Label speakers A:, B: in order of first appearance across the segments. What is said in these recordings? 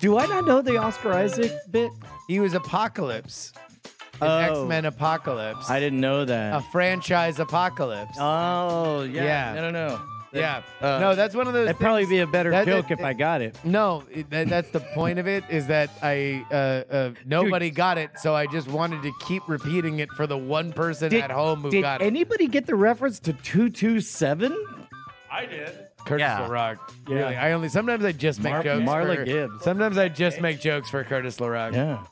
A: Do I not know the Oscar Isaac bit?
B: He was Apocalypse. In
A: Oh.
B: X Men Apocalypse.
A: I didn't know
B: a
A: that.
B: franchise apocalypse.
A: oh, yeah.
B: Yeah.
A: I don't know.
B: yeah.
A: uh,
B: no, that's one of those.
A: That'd probably be a better
B: That-
A: joke
B: that-
A: if I got it.
B: No, it- that, that's the point of it is that I uh, uh, nobody got it, so I just wanted to keep repeating it for the one person at home who
A: did
B: got it.
A: anybody get the reference to 227?
C: I did.
B: Curtis
D: Yeah.
B: LaRock.
A: Yeah.
B: Really, I only sometimes I just make
A: Mar-
B: jokes.
A: Marla
B: for-
A: Gibbs.
B: Sometimes I just make jokes for Curtis LaRock.
A: Yeah.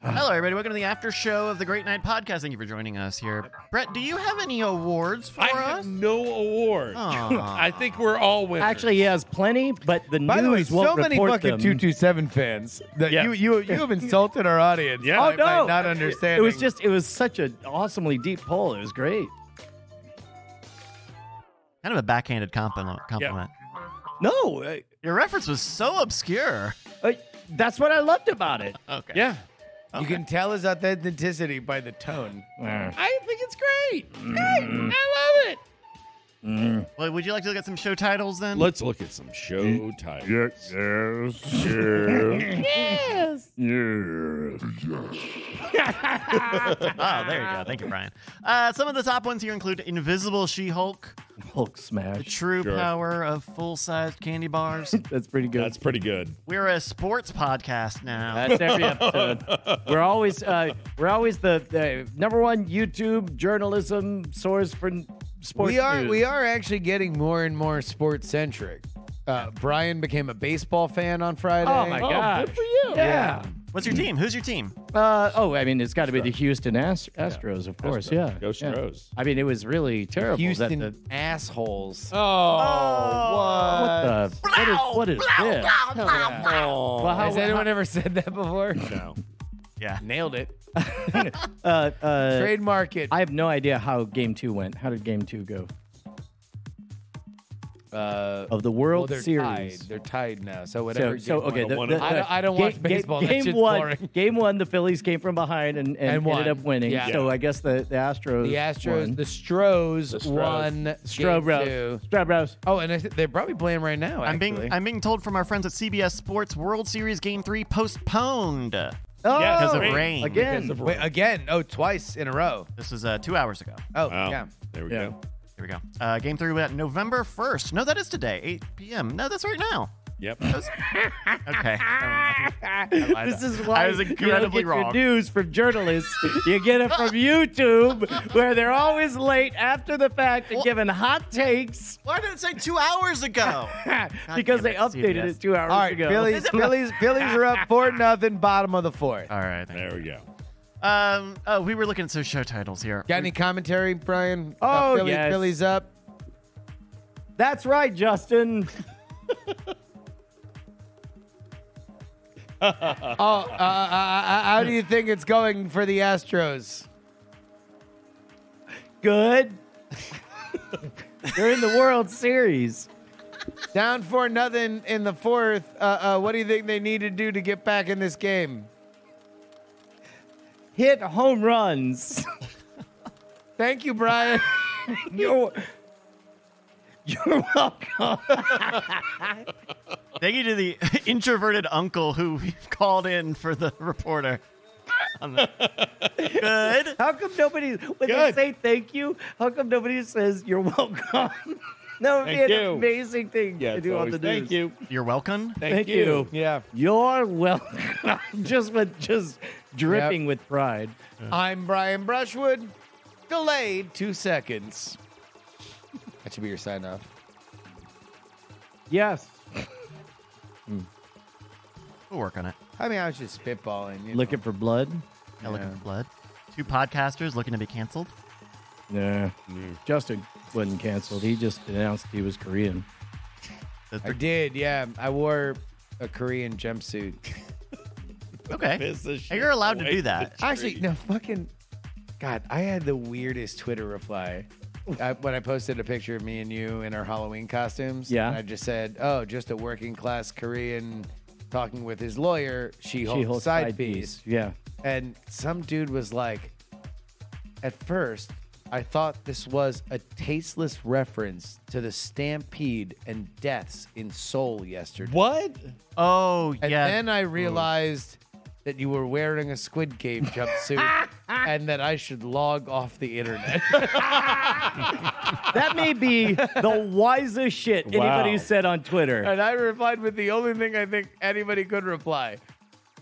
D: Hello, everybody. Welcome to the after show of the Great Night Podcast. Thank you for joining us here. Brett, do you have any awards for
C: I
D: us?
C: have no award.
D: Aw.
C: I think we're all winners.
A: Actually, he has plenty, but the
B: By the way,
A: news won't
B: so many
A: report
B: fucking
A: them.
B: two two seven fans that
C: Yeah.
B: you you you have insulted our audience.
C: Yeah.
A: Oh
B: by- by
A: no!
B: not understanding.
A: It was just it was such an awesomely deep poll. It was great.
D: kind of a backhanded compliment. compliment.
A: No, uh,
D: Your reference was so obscure.
A: uh, that's what I loved about it.
D: Okay.
C: yeah.
B: you can tell his authenticity by the tone.
C: I think it's great.
A: Mm.
C: Hey, I love it.
D: Well, would you like to look at some show titles then?
C: Let's look at some show titles.
D: Oh, there you go. Thank you, Brian. Uh, some of the top ones here include Invisible She Hulk,
A: Hulk
D: The
A: smash.
D: True
C: Sure.
D: Power of Full Sized Candy Bars.
A: That's pretty good.
C: That's pretty good.
D: We're a sports podcast now.
A: That's every episode. we're always uh, we're always the, the number one YouTube journalism source for n- sports.
B: we are
A: news.
B: we are actually getting more and more sports centric. Uh, Brian became a baseball fan on Friday.
A: Oh my gosh!
C: good for you.
A: Yeah.
D: What's your team? Who's your team?
A: Uh, oh, I mean, it's got to be the Houston Ast- Astros, of course. Yeah.
C: Go
A: yeah.
C: Stros.
A: I mean, it was really terrible.
B: Houston
A: That the,
B: assholes.
A: Oh.
C: Oh,
D: Oh.
A: what, the, what is what is this? Well, how-
B: Has anyone ever said that before? No.
D: Yeah.
B: Nailed it.
A: uh, uh,
B: Trademark it.
A: I have no idea how game two went. How did game two go?
B: uh,
A: Of the
B: well,
A: World
B: they're
A: Series.
B: They're tied now. So
A: So,
B: whatever.
A: so
B: game
A: okay.
B: one-
A: The,
C: one-
A: the-
B: I don't- I don't
A: ga-
B: watch
A: ga-
B: baseball. That
A: Game
B: shit's
A: one,
B: boring.
A: game one, the Phillies came from behind and, and,
B: And won.
A: ended up winning.
B: Yeah.
A: So I guess the, the Astros.
B: the Astros,
A: won.
B: the Stros,
C: The Stros.
B: won.
A: Stroh
B: game
A: Bros.
B: two.
A: Stroh Bros.
B: Oh, and I th- they're probably playing right now.
D: I'm
B: actually.
D: being I'm being told from our friends at CBS Sports World Series Game Three postponed
A: Oh,
C: Yeah,
D: because
C: Oh,
D: of
C: rain.
D: rain.
A: again.
B: Wait, again. Oh, twice in a row.
D: This was uh, two hours ago.
B: Oh,
C: Wow.
B: yeah.
C: There we
A: Yeah.
C: go.
D: Here we go. Uh, game Three went November first. No, that is today, 8 p.m. No, that's right now.
C: Yep.
D: Okay.
A: This is why
D: I was
A: you
D: incredibly
A: don't
D: wrong.
A: get your news from journalists. you get it from YouTube, where they're always late after the fact and
D: Well-
A: giving hot takes
D: Why did it say two hours ago?
A: because
D: damn
A: they
D: it,
A: updated
D: CBS.
A: it two hours
B: All right,
A: ago.
B: Phillies, Phillies, Phillies are up four nothing, bottom of the fourth.
D: All right. thank
C: There we go.
D: you. Um. Oh, we were looking at some show titles here.
B: Got any commentary, Brian?
A: Oh,
B: About Philly,
A: yes.
B: Phillies up.
A: That's right, Justin.
B: Oh, uh, uh, uh, uh, how do you think it's going for the Astros?
A: Good. They're in the World Series.
B: Down four nothing in the fourth. Uh, uh, what do you think they need to do to get back in this game?
A: Hit home runs.
B: Thank you, Brian.
A: You're, you're welcome.
D: Thank you to the introverted uncle who called in for the reporter. on the- Good.
A: How come nobody, when
C: Good.
A: they say thank you, how come nobody says you're welcome? that would be
C: Thank
A: an
C: you.
A: amazing thing
C: Yeah.
A: to
C: it's
A: do on
C: always-
A: the news.
C: Thank you.
D: You're welcome.
C: Thank,
A: Thank
C: you.
A: you.
B: yeah,
A: You're welcome. just with just dripping
B: Yep.
A: with pride.
B: I'm Brian Brushwood. Delayed two seconds. That should be your sign off.
A: Yes.
D: We'll work on it.
B: I mean, I was just spitballing. you know.
A: Looking for blood?
D: Yeah. Looking for blood. Two podcasters looking to be canceled.
A: Nah. Justin wasn't canceled. He just announced he was Korean.
D: That's
B: I
D: pretty-
B: did, yeah. I wore a Korean jumpsuit.
D: Okay.
C: Piss the shit
D: You're allowed to
C: away
D: do
C: from
D: that.
C: the
B: Actually,
C: tree.
B: no, fucking. God, I had the weirdest Twitter reply I, when I posted a picture of me and you in our Halloween costumes.
A: Yeah.
B: And I just said, oh, just a working class Korean talking with his lawyer, She Hulk
A: holds
B: side piece.
A: Yeah.
B: And some dude was like, at first, I thought this was a tasteless reference to the stampede and deaths in Seoul yesterday.
C: What?
D: Oh,
B: And
D: yeah.
B: then uh, I realized that you were wearing a Squid Game jumpsuit and that I should log off the internet.
A: That may be the wisest shit
C: Wow.
A: anybody said on Twitter.
B: and I replied with the only thing I think anybody could reply.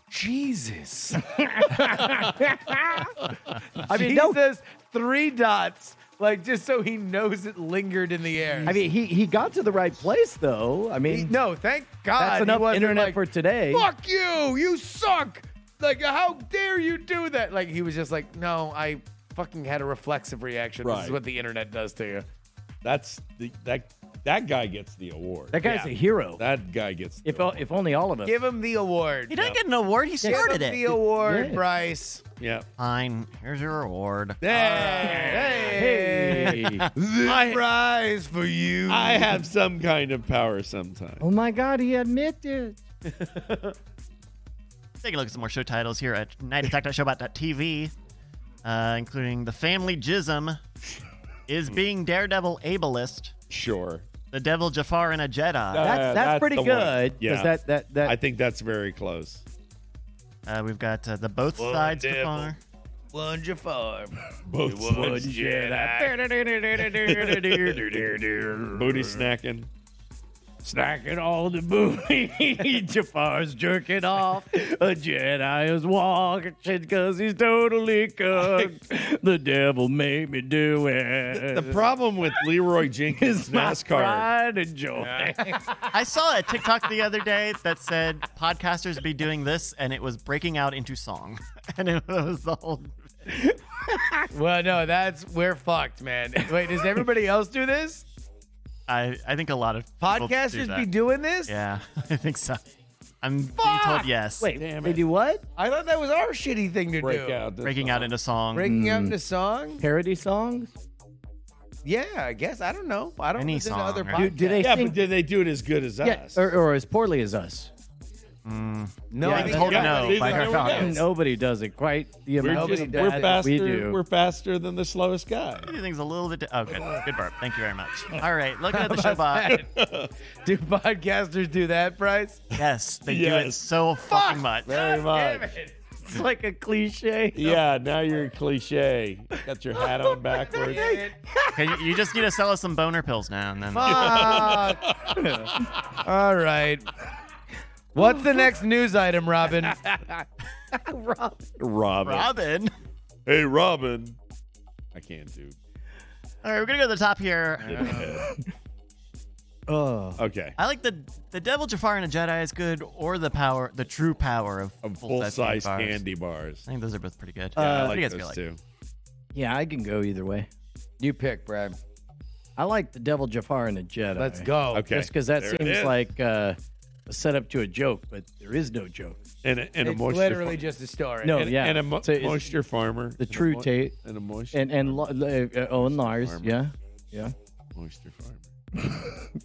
B: Jesus.
A: I mean, no,
B: Jesus, three dots, like just so he knows it lingered in the air.
A: I mean, he he got to the right place though. I mean,
B: no, thank God.
A: that's
B: he
A: enough
B: wasn't
A: internet
B: like,
A: for today.
B: Fuck you! You suck! Like, how dare you do that? Like, he was just like, no, I fucking had a reflexive reaction. This
C: Right.
B: is what the internet does to you.
C: That's the that that guy gets the award.
A: That guy's
B: Yeah.
A: a hero.
C: That guy gets the
A: if o-
C: award.
A: if only all of us.
B: Give him the award.
D: he didn't get an award. He
B: Give
D: started
B: him the
D: it.
B: award,
A: Yeah.
B: Bryce.
C: yeah.
D: Fine. Here's your award.
B: Hey,
A: Hey.
C: I,
B: prize for you.
C: I have some kind of power sometimes.
A: oh my God, he admitted.
D: Let's take a look at some more show titles here at nightatack.showbot.tv, uh, including The Family Jism
B: Hmm.
D: is being Daredevil ableist,
C: Sure.
D: The Devil Jafar and a Jedi.
A: That's that's,
C: that's
A: pretty
C: the one.
A: good. 'cause
C: Yeah.
A: That that that.
C: I think that's very close.
D: Uh, we've got uh, the Both
C: Whoa,
D: Sides
C: devil.
D: Jafar.
B: Plunge your farm.
C: Both sides. Booty snacking.
A: Snacking all the booty, Jafar's jerking off. A Jedi is walking because he's totally cooked. The devil made me do it.
C: The problem with Leroy Jenkins
A: My
C: NASCAR.
A: pride and joy.
D: I saw a TikTok the other day that said podcasters be doing this, and it was breaking out into song. And it was the whole.
B: Well, no, that's we're fucked, man. Wait, does everybody else do this?
D: I, I think a lot of people do
B: Podcasters
D: that.
B: be doing this?
D: Yeah, I think so. I'm being told yes.
A: Wait, they do what?
B: I thought that was our shitty thing to
C: Break
B: do.
C: out.
D: breaking out into song.
B: Breaking out into song?
A: Parody songs?
B: Yeah, I guess. I don't know. I don't
D: Any
B: listen
D: song,
B: to other podcasts.
D: right?
A: Do, do they
C: Yeah,
A: sing?
C: but did they do it as good as
A: yeah,
C: us?
A: or, or as poorly as us?
B: no,
A: Yeah,
B: I
D: Being
B: think
D: told
B: you're
C: yeah,
B: right.
D: no
C: these
D: by
C: are
D: her
C: the
D: comments.
C: Yes.
A: Nobody does it quite the
C: We're,
A: amount
C: just-
A: of
C: we're
A: that that
C: faster.
A: we do.
C: We're faster than the slowest guy.
D: I do think it's a little bit. Oh, good. Good burp. Thank you very much. All right. Looking at the show bot.
B: Do podcasters do that, Bryce?
D: Yes, they do it
C: Yes.
D: so fucking much.
C: Very much.
A: it's like a cliche.
C: Yeah, now you're a cliche. Got your hat on backwards.
D: Okay, you- you just need to sell us some boner pills now and then.
B: Fuck. All right. What's the next news item, Robin?
C: Robin.
D: Robin.
C: Hey, Robin. I can't do.
D: All right, we're gonna go to the top here.
A: Oh.
C: Okay.
D: I like the the Devil Jafar and a Jedi is good, or the power, the true power of,
C: Of
D: full-size
C: full-size
D: bars.
C: candy bars.
D: I think those are both pretty good.
C: Yeah, I
D: what do you
C: like
D: guys feel
C: those too.
A: Yeah, I can go either way.
B: you pick, Brad.
A: I like the Devil Jafar and the Jedi.
B: Let's go.
C: Okay.
A: Just because that
C: There it
A: seems
C: is.
A: like uh, a setup to a joke, but there is no joke.
C: And a, and a
B: It's
C: moisture.
B: literally
C: farm.
B: just a story.
A: No,
C: and,
A: yeah.
C: and a mo-
A: So it's
C: moisture farmer.
A: the true Tate
C: And a moisture.
A: and and Lo- uh, Owen Lars.
C: Farmer.
A: Yeah, yeah.
C: moisture farmer.
D: like.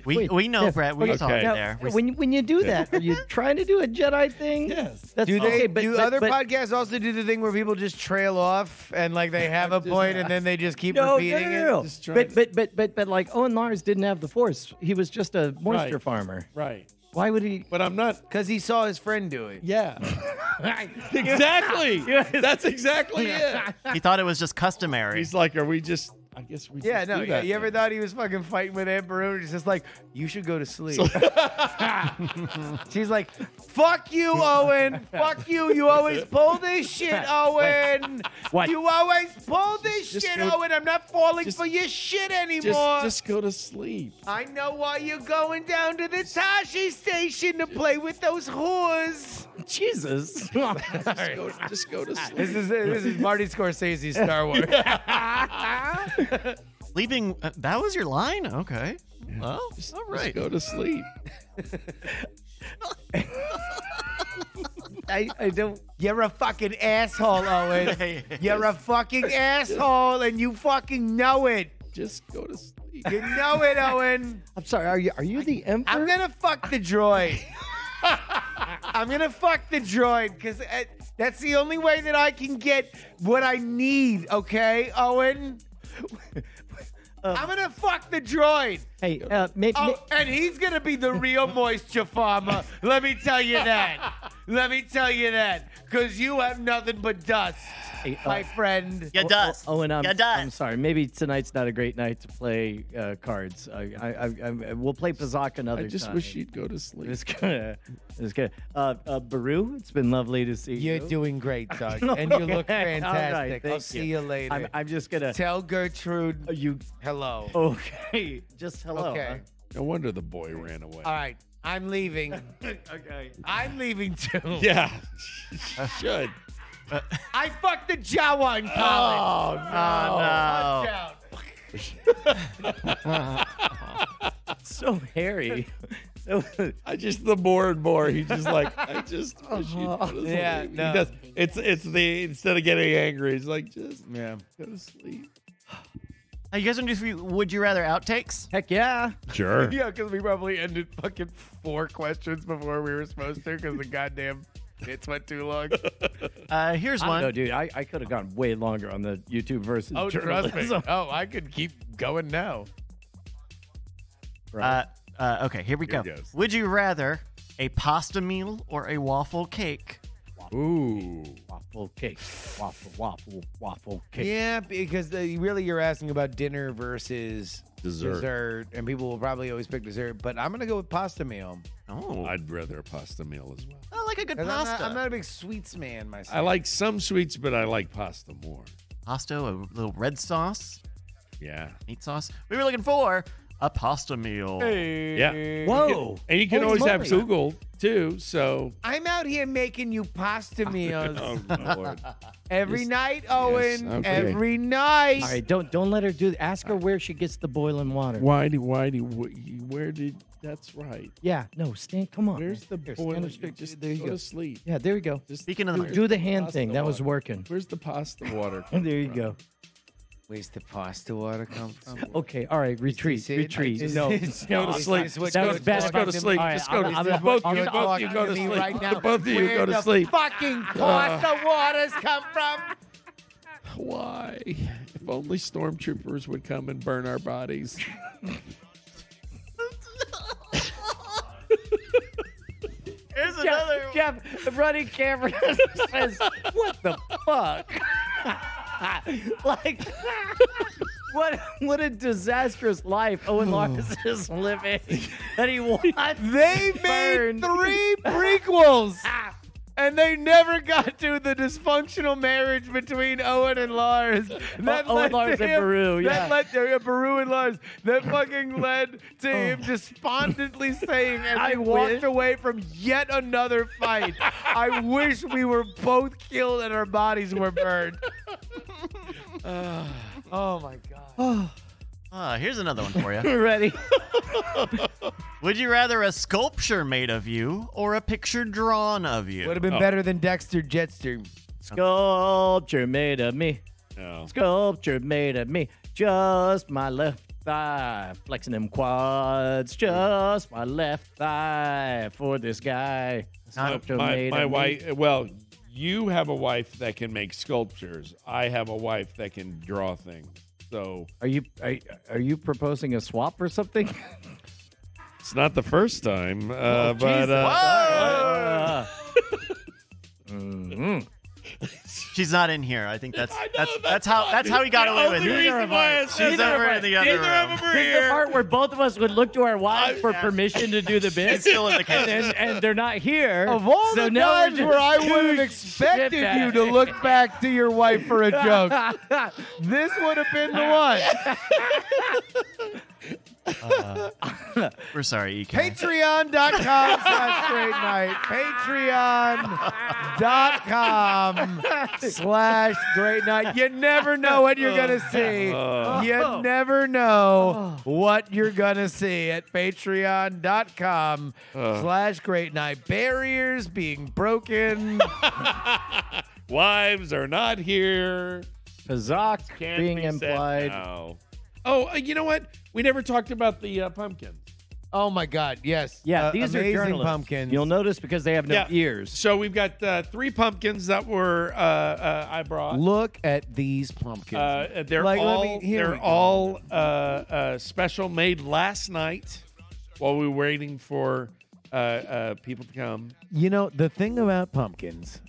D: We we know, Oh, Brett. We
A: okay.
D: saw it
C: Now-
D: there. We-
A: When when you do that, are you trying to do a Jedi thing?
C: Yes.
A: That's
B: Do they?
A: okay, but,
B: do
A: but-
B: other
A: but-
B: podcasts also do the thing where people just trail off and like they have a point and then they just keep
A: No, no,
B: repeating
A: no, no, no.
B: it?
C: Just trying
A: But
C: to-
A: but but but but like Owen Lars didn't have the Force. He was just a moisture
C: Right.
A: farmer.
C: Right.
A: Why would he?
C: But I'm not.
B: Because he saw his friend do it.
C: Yeah. exactly. That's exactly it.
D: he thought it was just customary.
C: He's like, are we just? I guess we.
B: Yeah,
C: just
B: no.
C: do
B: Yeah,
C: that
B: you ever
C: then.
B: thought he was fucking fighting with Amber Heard? He's just like, you should go to sleep. She's like, fuck you, Owen. Fuck you. You always pull this shit, Owen.
A: What?
B: You always pull this
C: just
B: shit,
C: go-
B: Owen. I'm not falling
C: just-
B: for your shit anymore.
C: Just, just go to sleep.
B: I know why you're going down to the Tashi station to play with those whores.
A: Jesus.
C: Just go, just go to sleep.
B: This is this is Marty Scorsese's Star Wars.
D: Leaving. Uh, that was your line. Okay. Well, all
C: Just
D: right.
C: go to sleep.
A: I, I don't.
B: You're a fucking asshole, Owen.
D: Hey,
B: You're a fucking asshole, and you fucking know it.
C: Just go to sleep.
B: You know it, Owen.
A: I'm sorry. Are you are you the emperor?
B: I'm gonna fuck the droid. I'm gonna fuck the droid uh, because that's the only way that I can get what I need. Okay, Owen.
E: I'm gonna fuck the droid.
A: Hey, uh, may, may-
E: Oh, and he's gonna be the real moisture farmer. Let me tell you that. Let me tell you that. Cause you have nothing but dust,
A: hey, uh,
E: my friend.
D: You dust.
A: Oh, and I'm,
D: you dust.
A: I'm sorry. Maybe tonight's not a great night to play uh, cards. I, I, I, I, we'll play Pazak another
F: I just
A: time.
F: wish you'd go to sleep.
A: It's gonna, it's gonna. Uh, uh, Baru, it's been lovely to see
B: You're
A: you.
B: doing great, Doug, and you look
A: Okay, all right,
B: fantastic. I'll
A: thank
B: see you Oh, later.
A: I'm, I'm just gonna.
B: Tell Gertrude
A: Are you
B: hello.
A: okay? um, Just hello.
B: okay.
A: huh?
F: No wonder the boy ran away.
B: All right. I'm leaving.
A: Okay.
B: I'm leaving too.
F: Yeah, should.
E: I fucked the Jawa in college.
F: Oh no.
D: Oh, no.
E: Out.
A: So hairy.
F: I just the more and more he just like I just wish you'd go to
B: Uh-huh.
F: sleep.
B: Yeah,
F: He
B: no.
F: does- it's it's the instead of getting angry, he's like just yeah go to sleep.
D: Hey, you guys want to do three would you rather outtakes?
A: Heck yeah.
F: Sure.
B: Yeah, because we probably ended fucking four questions before we were supposed to because the goddamn bits went too long.
D: Uh, here's
A: I don't know,
D: one.
A: dude. I, I could have gone way longer on the YouTube versus
B: Oh, trust me.
A: journalism.
B: Oh, I could keep going now.
D: Uh, uh, okay, here we
F: Here
D: go.
F: it goes.
D: Would you rather a pasta meal or a waffle cake?
F: Ooh.
A: Waffle cake, waffle, waffle, waffle cake.
B: Yeah, because the, really you're asking about dinner versus
F: Dessert.
B: and people will probably always pick dessert. But I'm gonna go with pasta meal.
D: Oh,
F: I'd rather a pasta meal as well.
D: I like a good
B: 'Cause I'm not,
D: pasta.
B: I'm not a big sweets man myself.
F: I like some sweets, but I like pasta more.
D: Pasta, a little red sauce,
F: Yeah.
D: meat sauce. We were looking for a pasta meal.
F: Yeah.
A: Whoa.
F: And you can
A: Holy
F: always have
A: moly.
F: Google too. So
B: I'm out here making you pasta meals
F: Oh, my lord.
B: every
F: Yes.
B: night, Owen.
F: okay.
B: Every night.
A: All right, don't don't let her do. Ask her where she gets the boiling water.
F: Why do why do wh- where did that's right.
A: Yeah, no, Stan, come on.
F: Where's the
A: man. Here, stand
F: boiling?
A: up straight.
F: Just
A: there you
F: go,
A: go.
F: to sleep.
A: Yeah, there you go.
F: Just
D: Speaking of the
F: do-
D: mic.
A: Do the hand
F: Pasta
A: thing. That was
F: water.
A: working.
F: Where's the pasta water?
A: There you go.
B: Where's the pasta water come from?
A: Okay, all right, retreat,
B: Is this it?
A: retreat.
B: Is
A: no,
B: this-
A: no,
B: Is
F: Go to
B: this
F: sleep.
B: what
F: Just
A: that
F: go,
A: was
F: to-
A: bad
F: just go to
A: advice.
F: sleep.
A: All right,
F: Just go
A: I'm-
F: to
A: I'm-
F: sleep. Both
A: I'm-
F: of you,
A: I'm-
F: both of you go to
B: talking to me
F: sleep.
B: right now.
F: Both of you
B: Where
F: go to
B: the
F: sleep. Uh.
E: Fucking pasta waters come from.
F: Why? If only stormtroopers would come and burn our bodies.
D: Here's another
A: Jeff, Jeff, running camera says, "What the fuck?" like, what? What a disastrous life Owen
F: Oh.
A: Larson is living. That he wants.
B: They made
A: Burned.
B: three prequels,
A: Ah.
B: and they never got to the dysfunctional marriage between Owen and Lars. That
A: Uh, Owen,
B: led to
A: Lars, and
B: him-
A: Beru, yeah.
B: That led to yeah, Beru and Lars. That fucking led to him despondently saying, as
A: Oh. I
B: he walked
A: wish-
B: away from yet another fight, "I wish we were both killed and our bodies were burned." oh my god!
D: Uh, here's another one for you.
A: We're ready.
D: Would you rather a sculpture made of you or a picture drawn of you?
B: Would have been
F: Oh.
B: better than Dexter Jetstream.
A: Sculpture made of me.
F: No.
A: Sculpture made of me. Just my left thigh. Flexing them quads. Just my left thigh for this guy.
D: Not-
A: Sculpture
F: my,
A: made
F: my
A: of me.
F: wife. Well, you have a wife that can make sculptures. I have a wife that can draw things. So
A: Are you are, are you proposing a swap or something?
F: it's not the first time, uh, but uh,
A: Uh,
D: She's not in here. I think that's
F: I know,
D: that's,
F: that's
D: that's how
F: not-
D: that's how he got
F: the
D: away with
F: only
D: it.
F: reason
A: Neither of
F: why I
A: us.
F: said
D: She's
F: that-
D: over in the other
F: Neither of
D: room.
F: them are
A: this is the
F: here.
A: part where both of us would look to our wives for permission to do the bit.
D: It's still in
A: And,
D: the case.
A: then- and they're not here.
B: Of all
A: so
B: the
A: now we're
B: times
A: just
B: where I
A: two
B: would have
A: shit
B: expected you
A: bags.
B: to look back to your wife for a joke, this would have been the one.
D: We're sorry, E EK.
B: Patreon.com slash great night. Patreon.com slash great night. You never know what you're going to see. You never know what you're going to see at patreon.com slash great night. Barriers being broken.
F: Wives are not here.
A: Kazakh
F: Can't
A: being
F: be said
A: implied.
F: now. Oh, uh, you know what? We never talked about the uh, pumpkins.
B: Oh my God! Yes.
G: Yeah,
B: Uh,
G: these
B: amazing
G: are journalists.
B: pumpkins.
G: You'll notice because they have no
F: Yeah.
G: ears.
F: So we've got uh, three pumpkins that were uh, uh, I brought.
B: Look at these pumpkins.
F: Uh, they're
B: Like, let
F: all
B: me- here we
F: they're
B: go.
F: all uh, uh, special made last night while we were waiting for uh, uh, people to come.
B: you know the thing about pumpkins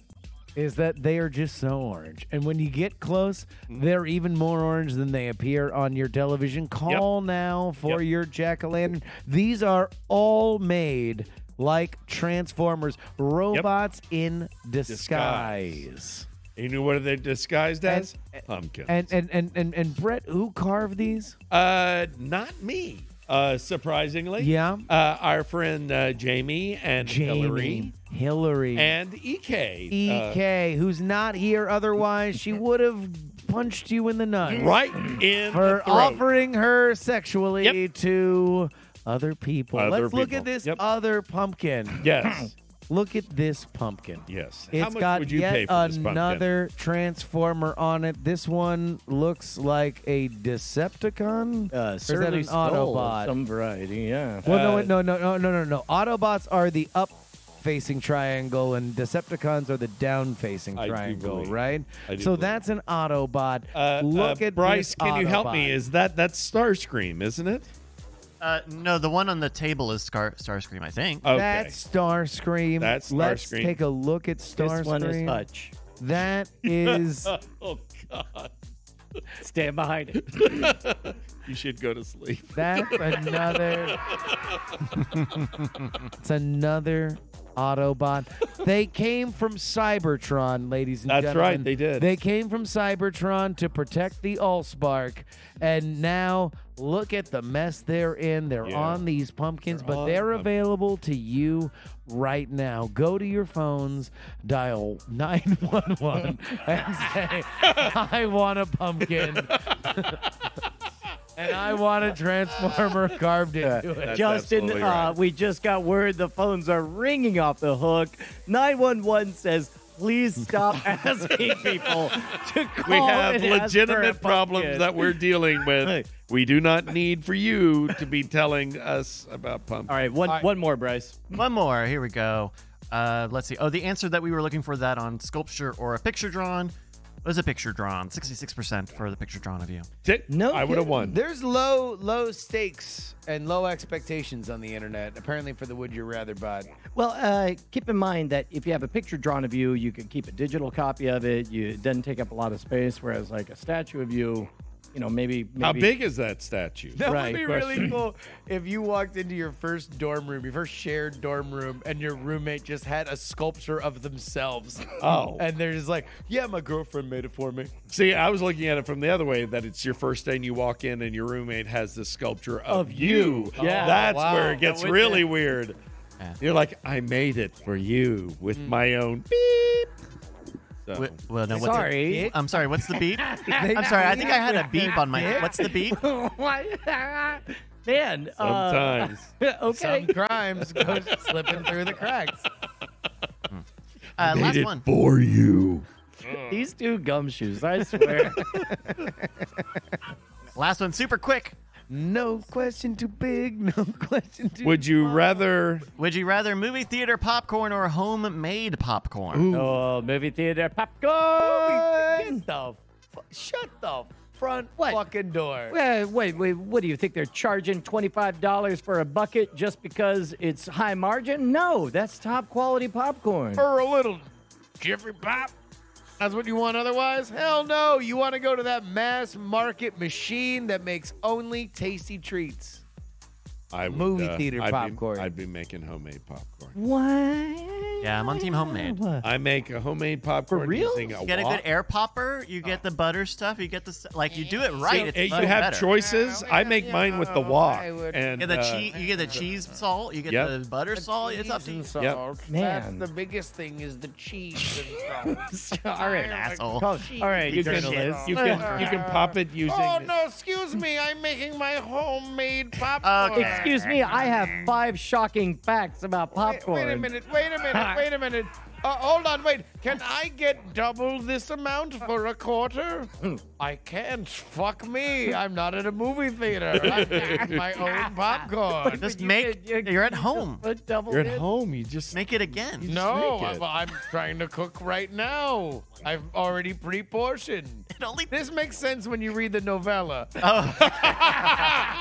B: is that they are just so orange, and when you get close,
F: Mm-hmm.
B: they're even more orange than they appear on your television. Call now for
F: Yep.
B: your jack o' lantern. These are all made like Transformers, robots in disguise.
F: Disguise. You knew what they're disguised as? Pumpkins.
B: And, and and and and Brett, who carved these?
F: uh, not me, uh, surprisingly.
B: Yeah.
F: Uh, our friend uh, Jamie and Hillary
B: Hillary.
F: and EK.
B: E
F: uh,
B: EK, who's not here otherwise, she would have punched you in the nuts
F: right in
B: for
F: the throat.
B: offering her sexually
F: Yep.
B: to other people.
F: Other
B: Let's look
F: people.
B: at this
F: Yep.
B: other pumpkin.
F: Yes.
B: Look at this pumpkin.
F: Yes. How
B: Hmm. It's
F: much
B: got
F: would you
B: yet
F: pay for this pumpkin?
B: another transformer on it. This one looks like a Decepticon.
G: Uh,
B: is that
G: certainly
B: an
G: stole
B: Autobot?
G: Some variety, yeah.
B: well,
F: uh,
B: no, no, no, no, no, no, no. Autobots are the up facing triangle and Decepticons are the down facing
F: I do
B: triangle,
F: believe-
B: right?
F: I do
B: so
F: believe.
B: that's an Autobot.
F: Uh,
B: Look
F: uh,
B: at
F: Bryce.
B: this
F: Can you help
B: Autobot.
F: me? Is that that's Starscream, isn't it?
D: Uh, no, the one on the table is Scar- Starscream, I think.
F: Okay.
B: That's Starscream.
F: That's
B: Let's
F: Starscream.
B: take a look at Starscream.
G: This one is Hutch.
B: That is
F: oh God!
G: Stand behind it.
F: You should go to sleep.
B: that's another. it's another Autobot. They came from Cybertron, ladies and
F: That's
B: gentlemen.
F: right, they did.
B: They came from Cybertron to protect the Allspark, and now look at the mess they're in. They're
F: Yeah.
B: on these pumpkins, but
F: on
B: they're
F: them.
B: available to you right now. Go to your phones, dial 911, and say, I want a pumpkin. and I want a transformer carved into it.
F: That's
G: Justin,
F: absolutely
G: uh, we just got word the phones are ringing off the hook. 911 says, please stop asking people to call.
F: we have
G: and ask for a
F: legitimate problems
G: pumpkin."
F: that we're dealing with. we do not need for you to be telling us about pumpkins.
G: All right, one, one more, Bryce.
D: One more. Here we go. Uh, let's see. Oh, the answer that we were looking for that on sculpture or a picture drawn was a picture drawn. 66% for the picture drawn of you.
F: Dick,
G: No
F: I would have won.
B: There's low, low stakes and low expectations on the internet, apparently for the Would You Rather bot.
G: Well, uh, keep in mind that if you have a picture drawn of you, you can keep a digital copy of it. You, it doesn't take up a lot of space, whereas like a statue of you, you know, maybe, maybe
F: How big is that statue?
B: That
G: Right,
B: would be really cool if you walked into your first dorm room, your first shared dorm room, and your roommate just had a sculpture of themselves.
F: Oh.
B: And they're just like, yeah, my girlfriend made it for me.
F: See, I was looking at it from the other way that it's your first day and you walk in and your roommate has this sculpture of,
G: Of
F: you.
G: you. Yeah.
F: That's
B: Oh, wow.
F: where it gets
D: That would-
F: really weird.
D: Yeah.
F: You're like, I made it for you with
D: Mm.
F: my own beep. So,
D: Wh- well, no, what's the-
G: Sorry.
D: I'm sorry. What's the beat? I'm sorry. I think I had a beep on my. What's the beat?
G: Man, uh,
F: sometimes.
G: okay.
B: Some crimes go slipping through the cracks.
D: Uh, last one.
F: for you.
G: These two gumshoes, I swear.
D: Last one. Super quick.
B: No question too big, no question too
F: Would you rather?
D: Would you rather movie theater popcorn or homemade popcorn?
G: oh, movie theater popcorn.
B: Get the fu- shut the front
G: What?
B: fucking door.
G: Uh, wait, wait, what do you think? They're charging $25 for a bucket just because it's high margin? No, that's top quality popcorn.
B: For a little Jeffrey Pop. That's what you want otherwise? Hell no. You want to go to that mass market machine that makes only tasty treats.
F: I would, uh,
B: Movie theater
F: I'd be-
B: popcorn.
F: I'd be making homemade popcorn.
G: What?
D: Yeah, I'm on team homemade.
F: I make a homemade popcorn
G: real?
F: using a
D: You get a
F: wok.
D: good air popper. You get the butter stuff. You get the s- like. You do it right. It's
F: Hey, you
D: much
F: have
D: better.
F: choices. I make mine with the wok
B: Oh, I would-
F: and
D: You get the
F: uh,
D: cheese. You get the cheese salt. You get
F: Yep.
D: the butter salt. It's up to you.
F: Yep.
G: Man.
B: That's the biggest thing is the cheese and salt.
G: All right,
D: Asshole.
G: All right,
F: You
G: you
F: can,
G: can.
D: journalists.
F: you, can, you can pop it using.
B: Oh no, excuse me. I'm making my homemade popcorn.
D: Okay.
G: Excuse me, I have five shocking facts about
B: Wait,
G: popcorn.
B: wait a minute. Wait a minute. Wait a minute. Uh, hold on, wait. Can I get double this amount for a quarter? I can't. Fuck me. I'm not at a movie theater. I'm making my own popcorn.
D: Just make.
A: you-
D: You're at home.
A: But double
F: You're at
A: dip.
F: home. You just
D: Make it again.
B: No,
F: make
B: I'm,
F: it.
B: I'm trying to cook right now. I've already pre-portioned.
D: It only.
B: This makes sense when you read the novella.
D: Oh,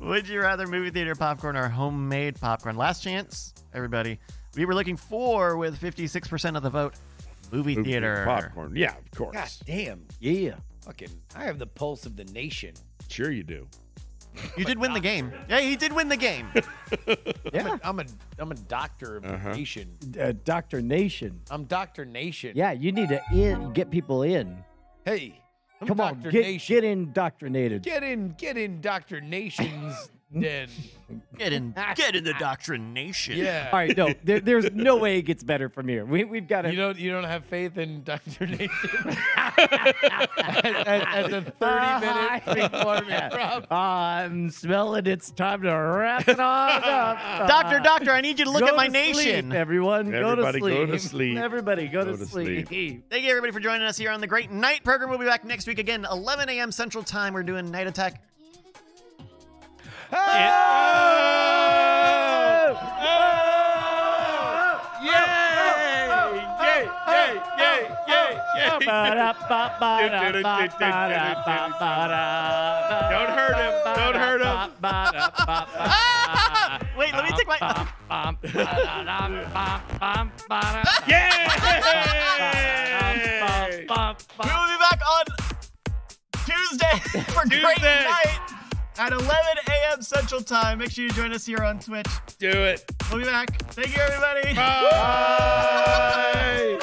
D: Would you rather movie theater popcorn or homemade popcorn? Last chance, everybody. We were looking for with 56% of the vote. Movie theater.
F: popcorn. Yeah, of course.
H: God damn.
A: Yeah.
H: Fucking, I have the pulse of the nation.
F: Sure, you do.
D: You did win the game. Yeah, he did win the game.
H: I'm a, I'm a doctor of the nation.
A: Uh, Doctor Nation.
H: I'm Doctor Nation.
A: Yeah, you need to in, get people in.
H: Hey, I'm
A: Come on,
H: Dr.
A: get,
H: Nation.
A: get indoctrinated.
H: Get in, get in, Doctor Nation's den.
D: Get in, get in the doctrination.
H: Yeah.
A: All right, no, there, there's no way it gets better from here. We, we've got to.
H: You don't, you don't have faith in Doctor Nation. at, at, at the
A: Ah,
H: thirty minute performance, Rob.
A: I'm smelling it's time to wrap it on up. Uh,
D: Doctor, doctor, I need you to look
A: Go
D: at my
A: to
D: nation.
A: Sleep, everyone,
F: Everybody
A: go, to
F: go
A: sleep.
F: to sleep.
A: Everybody go,
F: Go
A: to,
F: to
A: sleep.
D: Thank you, everybody, for joining us here on the Great Night program. We'll be back next week again, 11 a.m. Central Time. We're doing Night Attack.
A: Ba-da-ba-ba-da-ba-ba-da.
F: Don't hurt him. Don't hurt him.
A: Ba-da-ba-ba-ba.
D: Wait, let me
A: Uh-huh.
D: take my.
A: Ba-da-dum-bum-bum-ba-da.
F: Yeah!
A: Ba-da-dum-bum-bum.
D: We will be back on Tuesday for Great
F: Tuesday.
D: Night at 11 a.m. Central Time. Make sure you join us here on Twitch.
F: Do it.
D: We'll be back. Thank you, everybody.
F: Bye.